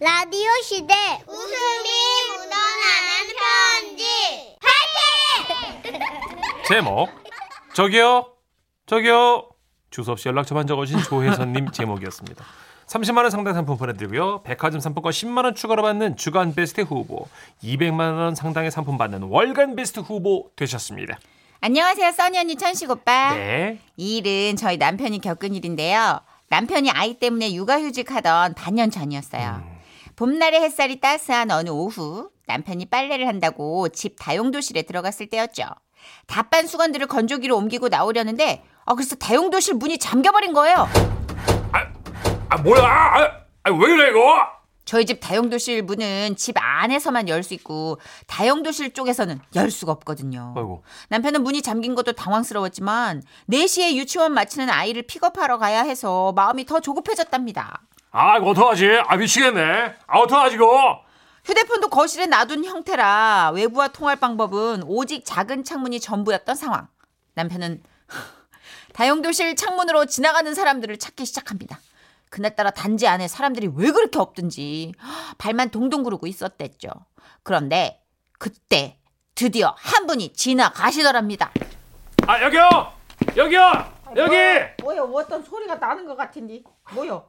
라디오 시대 웃음이 묻어나는 편지 제목 저기요 저기요 주소 없이 연락처 만 적어주신 조혜선님 제목이었습니다 30만원 상당 상품 보내드리고요 백화점 상품권 10만원 추가로 받는 주간 베스트 후보 200만원 상당의 상품 받는 월간 베스트 후보 되셨습니다 안녕하세요, 써니 언니 천식 오빠. 네 이 일은 저희 남편이 겪은 일인데요. 남편이 아이 때문에 육아휴직하던 반년 전이었어요. 음. 봄날의 햇살이 따스한 어느 오후, 남편이 빨래를 한다고 집 다용도실에 들어갔을 때였죠. 답반 수건들을 건조기로 옮기고 나오려는데, 아, 글쎄 다용도실 문이 잠겨버린 거예요. 아 뭐야 아, 아, 왜 이래 이거 저희 집 다용도실 문은 집 안에서만 열 수 있고, 다용도실 쪽에서는 열 수가 없거든요. 아이고 남편은 문이 잠긴 것도 당황스러웠지만 4시에 유치원 마치는 아이를 픽업하러 가야 해서 마음이 더 조급해졌답니다. 아 이거 어떡하지 아 미치겠네 아 어떡하지 이거 휴대폰도 거실에 놔둔 형태라 외부와 통할 방법은 오직 작은 창문이 전부였던 상황. 남편은 다용도실 창문으로 지나가는 사람들을 찾기 시작합니다. 그날따라 단지 안에 사람들이 왜 그렇게 없든지 발만 동동 구르고 있었댔죠. 그런데 그때 드디어 한 분이 지나가시더랍니다. 아 여기요 여기요 여기 뭐야 어떤 소리가 나는 것 같은데 뭐야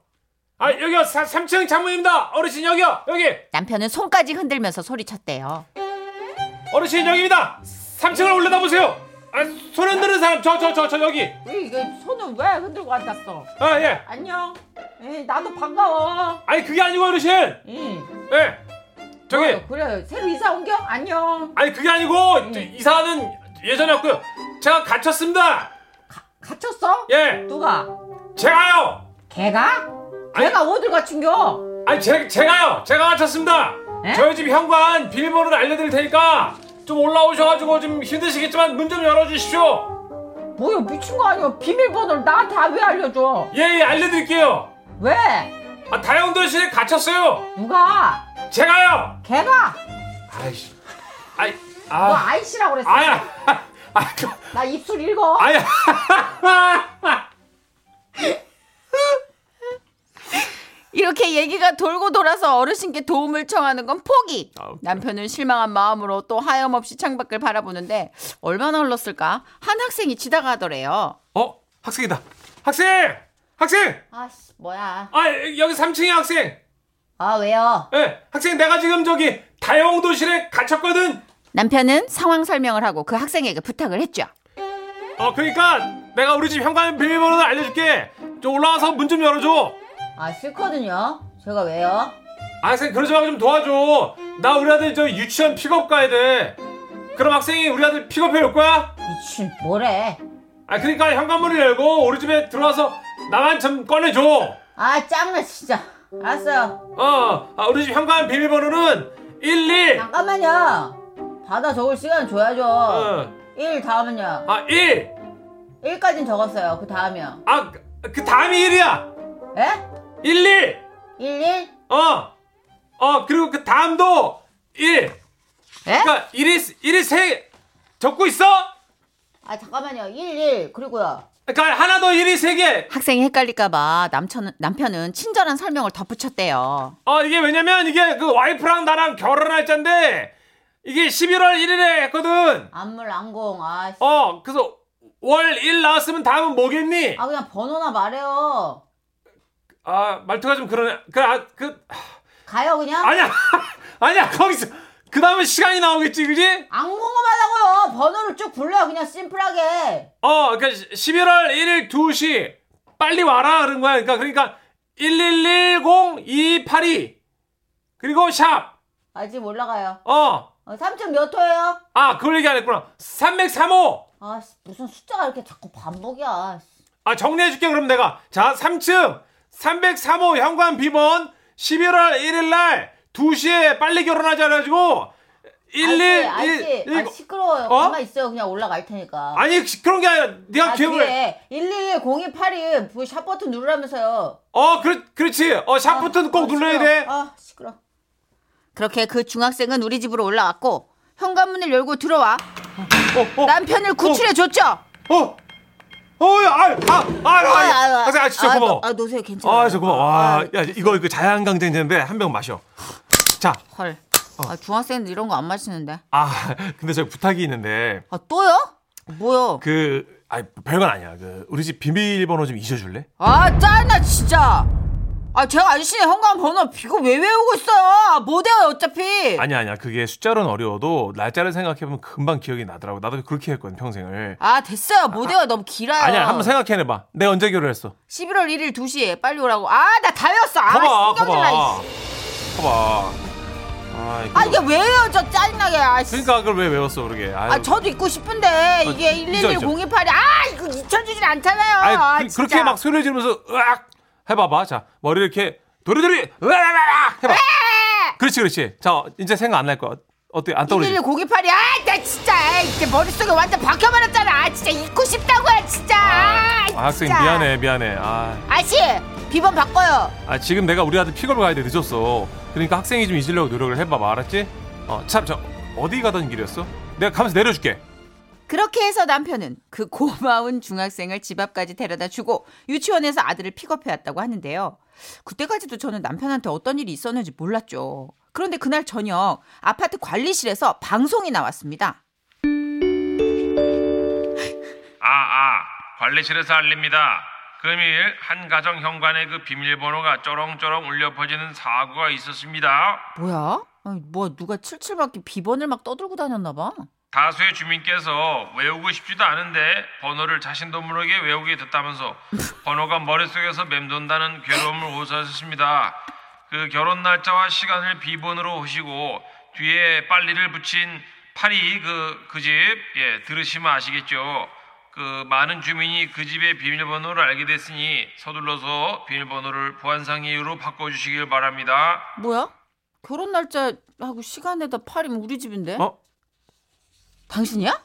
아 여기요 3층 창문입니다 어르신 여기요 여기 남편은 손까지 흔들면서 소리쳤대요. 어르신 여기입니다. 3층을 올려다보세요. 아, 손 흔드는 사람 저 저 저 저 여기. 왜 이거 손을 왜 흔들고 앉았어 아 예. 안녕 에이, 나도 반가워 아니 그게 아니고 어르신. 예. 응 저기. 뭐야, 어, 그래 새로 이사 옮겨 안녕 아니 그게 아니고 저 이사는 예전에 없고요. 제가 갇혔습니다. 갇혔어 예. 누가 제가요. 걔가 걔가 어딜 갇힌겨 아니 제 제가요. 제가 갇혔습니다. 에? 저희 집 현관 비밀번호를 알려드릴 테니까 좀 올라오셔가지고 좀 힘드시겠지만 문 좀 열어주십시오. 뭐야 미친 거 아니야 비밀번호를 나한테 왜 알려줘 예, 예 알려드릴게요. 왜 아 다영도실에 갇혔어요. 누가 제가요. 걔가 아이씨. 아이. 너 아. 아이씨라고 그랬어 아야. 아. 나 입술 읽어 아야. 이렇게 얘기가 돌고 돌아서 어르신께 도움을 청하는 건 포기. 아, 웃겨. 남편은 실망한 마음으로 또 하염없이 창밖을 바라보는데 얼마나 흘렀을까? 한 학생이 지나가더래요. 어? 학생이다. 학생! 학생! 아씨 뭐야? 아, 여기 3층에 학생. 아 왜요? 예, 학생 내가 지금 저기 다용도실에 갇혔거든. 남편은 상황 설명을 하고 그 학생에게 부탁을 했죠. 어, 그러니까 내가 우리 집 현관 비밀번호를 알려줄게. 좀 올라와서 문 좀 열어줘. 아 싫거든요 제가 왜요 아, 학생 그러지 말고 좀 도와줘. 나 우리 아들 저 유치원 픽업 가야 돼. 그럼 학생이 우리 아들 픽업해 올 거야? 미친 뭐래 아, 그러니까 현관문을 열고 우리 집에 들어와서 나만 좀 꺼내줘. 아 짱나 진짜 알았어요 어, 아, 우리 집 현관 비밀번호는 11. 잠깐만요 받아 적을 시간 줘야죠 어. 일 다음은요 아, 1. 일까진 적었어요 그 다음이요 아, 그- 그 다음이 1이야. 예? 1, 1. 일 일? 어. 어, 그리고 그 다음도 1. 에? 그러니까 1이 1이 세 적고 있어? 아 잠깐만요 일 일 그리고요 그러니까 하나 더 1이 세 개. 학생이 헷갈릴까봐 남편은, 남편은 친절한 설명을 덧붙였대요. 어, 이게 왜냐면 이게 그 와이프랑 나랑 결혼할 때인데 이게 11월 1일에 했거든. 안물 안공 아, 씨. 어, 그래서 월 일 나왔으면 다음은 뭐겠니? 아 그냥 번호나 말해요 아, 말투가 좀 그러네. 그, 아, 그, 가요 그냥 아니야. 아니야, 거기서. 그 다음에 시간이 나오겠지, 그지? 안 궁금하다고요 번호를 쭉 불러요 그냥 심플하게 어, 그러니까 11월 1일 2시 빨리 와라 그런 거야. 그러니까 그러니까 1110282 그리고 샵. 아직 뭐 올라가요 어. 어, 3층 몇 호예요? 아, 그걸 얘기 안 했구나. 303호. 아 씨, 무슨 숫자가 이렇게 자꾸 반복이야 씨. 아, 정리해 줄게 그럼 내가. 자, 3층 303호 현관 비번 11월 1일 날 2시에 빨리 결혼하자 그래 가지고 111 아이씨, 아이씨. 아, 시끄러워요 어? 가만 있어요 그냥 올라갈 테니까 아니, 시- 그런 게 아니라 네가 아, 기억을 뒤에 111 0282 그샵 버튼 누르라면서요. 어, 그렇 그렇지. 어, 샵 버튼 꼭 아, 눌러야 시끄러워. 돼. 아, 시끄러. 그렇게 그 중학생은 우리 집으로 올라왔고 현관문을 열고 들어와 어, 어. 남편을 구출해줬죠. 어? 어? 어이, 아유, 아, 아유, 아유. 학생, 아, 진짜 고마워. 아, 노세요, 괜찮아. 아, 진짜 고마워. 와, 야, 이거, 이거 자양강장제인데 한 병 마셔. 자, 헐. 어. 아, 중학생들 이런 거 안 마시는데. 아, 근데 저 부탁이 있는데, 아, 또요? 뭐요? 그, 아 별건 아니야. 그, 우리 집 비밀번호 좀 잊어줄래? 아, 짜증나, 진짜. 아, 제가 아저씨네 현관 번호 이거 왜 외우고 있어요? 아, 못 외워요, 어차피. 아니야, 아니야. 그게 숫자로는 어려워도 날짜를 생각해보면 금방 기억이 나더라고. 나도 그렇게 했거든, 평생을. 아, 됐어요. 못 외워요. 너무 길어요. 아니야, 한번 생각해내봐. 내가 언제 결혼했어? 11월 1일 2시에 빨리 오라고. 아, 나 다 외웠어. 아, 커봐, 신경질 나. 커봐. 이씨. 커봐. 아, 이거. 아, 이게 왜 외워져? 짜증나게. 아, 씨. 그러니까 그걸 왜 외웠어, 그러게. 아유. 아, 저도 입고 싶은데 이게 잊어, 111 잊어. 018이 아, 이거 잊혀지질 않잖아요. 아니, 아, 그, 진짜. 그렇게 막 소리를 지르면서 으악 해봐봐. 자 머리 이렇게 도리도리 으악 해봐. 그렇지 그렇지. 자 이제 생각 안 날 거야. 어때 안 떠오르지? 111 018이 아, 나 진짜 에이, 이게 머릿속에 완전 박혀버렸잖아. 아, 진짜 잊고 싶다고요, 진짜. 아, 진짜. 아, 학생 미안해 미안해. 아, 아씨, 비번 바꿔요. 아, 지금 내가 우리 아들 픽업을 가야 돼 늦었어. 그러니까 학생이 좀 잊으려고 노력을 해봐봐 알았지? 어참저 어디 가던 길이었어? 내가 가면서 내려줄게. 그렇게 해서 남편은 그 고마운 중학생을 집 앞까지 데려다 주고 유치원에서 아들을 픽업해 왔다고 하는데요. 그때까지도 저는 남편한테 어떤 일이 있었는지 몰랐죠. 그런데 그날 저녁 아파트 관리실에서 방송이 나왔습니다. 아아 관리실에서 알립니다. 금일 한 가정 현관에 그 비밀번호가 쩌렁쩌렁 울려 퍼지는 사고가 있었습니다. 뭐야? 아니, 뭐 누가 칠칠맞게 비번을 막 떠들고 다녔나 봐. 다수의 주민께서 외우고 싶지도 않은데 번호를 자신도 모르게 외우게 됐다면서 번호가 머릿속에서 맴돈다는 괴로움을 호소하셨습니다. 그 결혼 날짜와 시간을 비번으로 오시고 뒤에 빨리를 붙인 파리 그 그 집 예 들으시면 아시겠죠. 그 많은 주민이 그 집의 비밀번호를 알게 됐으니 서둘러서 비밀번호를 보안상 이유로 바꿔주시길 바랍니다. 뭐야? 결혼 날짜하고 시간에다 팔이면 우리 집인데? 어? 당신이야?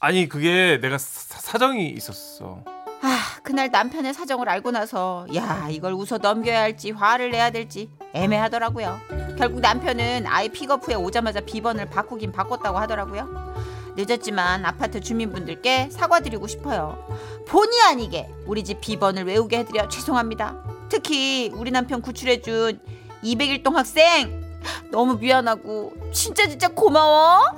아니 그게 내가 사정이 있었어. 아, 그날 남편의 사정을 알고 나서 야, 이걸 웃어 넘겨야 할지 화를 내야 될지 애매하더라고요. 결국 남편은 아이 픽업 후에 오자마자 비번을 바꾸긴 바꿨다고 하더라고요. 늦었지만 아파트 주민분들께 사과드리고 싶어요. 본의 아니게 우리 집 비번을 외우게 해드려 죄송합니다. 특히 우리 남편 구출해준 201동 학생 너무 미안하고 진짜 진짜 고마워.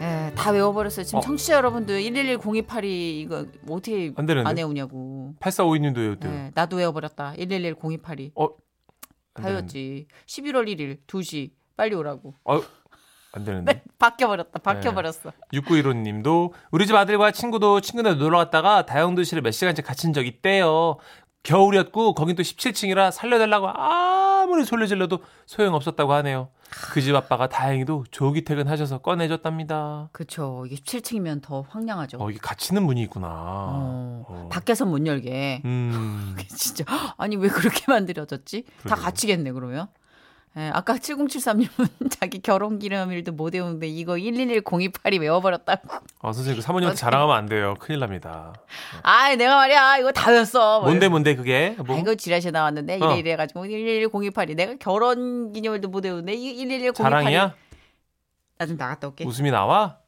예, 다 외워버렸어요. 지금 어. 청취자 여러분들 1110282 이거 어떻게 안 되는데? 안 외우냐고. 8452님도 외웠대요. 네, 나도 외워버렸다. 1110282. 어? 안 다였지. 11월 1일 2시 빨리 오라고. 어, 안 되는데. 바뀌어버렸다. 네. 바뀌어버렸어. 6915님도 우리 집 아들과 친구도 친구네 놀러 갔다가 다용도실을 몇 시간째 갇힌 적 있대요. 겨울이었고 거긴 또 17층이라 살려달라고 아무리 소리 질러도 소용없었다고 하네요. 그 집 아빠가 다행히도 조기 퇴근하셔서 꺼내줬답니다. 그쵸. 이게 17층이면 더 황량하죠. 어, 이게 갇히는 분이 있구나. 어, 어. 밖에서 못 열게. 음. 진짜 아니 왜 그렇게 만들어졌지? 다 그러게요. 갇히겠네 그러면. 예, 아까 7073님은 자기 결혼 기념일도 못 외우는데 이거 1110282 외워버렸다고. 어, 선생님 그 사모님한테 자랑하면 안 돼요. 큰일 납니다. 아이 내가 말이야 이거 다 외웠어. 뭔데 뭔데 그게? 뭐? 아이고 지라시 나왔는데 어. 이래 이래 가지고 1110282 내가 결혼 기념일도 못 외우는데 1110282 자랑이야? 뭐? 나좀 나갔다 올게. 웃음이 나와?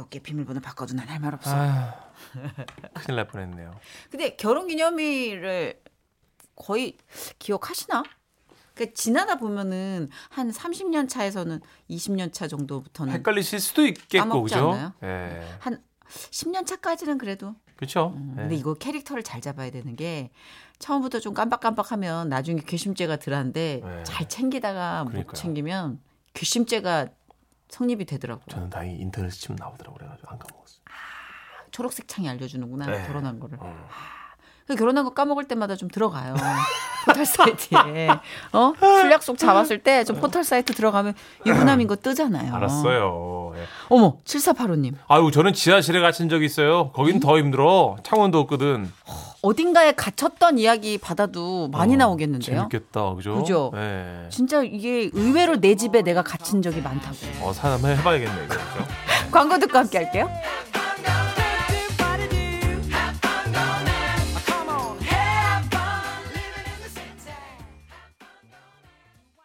나갔다 올게. 비밀번호 바꿔도 난 할 말 없어. 아휴, 큰일 날 뻔했네요. 근데 결혼 기념일을 거의 기억하시나? 그러니까 지나다 보면은 한 30년 차에서는 20년 차 정도부터는 헷갈리실 수도 있겠고 음. 까먹지 그죠? 않나요? 네. 예. 한 10년 차까지는 그래도. 그렇죠. 음, 근데 이거 캐릭터를 잘 잡아야 되는 게 처음부터 좀 깜빡깜빡하면 나중에 괘씸죄가 덜한데 네. 잘 챙기다가 그러니까요. 못 챙기면 괘씸죄가 성립이 되더라고요. 저는 다행히 인터넷 치면 나오더라고 그래가지고 안 까먹었어요. 초록색 창이 알려주는구나 네. 결혼한 거를. 어. 그 결혼한 거 까먹을 때마다 좀 들어가요. 포털 사이트에. 어? 술약 속 잡았을 때 좀 포털 사이트 들어가면 유부남인 거 뜨잖아요. 알았어요. 아. 예. 어머, 7485님. 아유 저는 지하실에 갇힌 적이 있어요. 음? 거긴 더 힘들어. 창원도 없거든. 어딘가에 갇혔던 이야기 받아도 많이 어, 나오겠는데요. 재밌겠다. 그죠? 그죠? 예. 진짜 이게 의외로 내 집에 내가 갇힌 적이 많다고. 어 사람 해봐야겠네. 이거, 그죠? 광고 듣고 함께 할게요.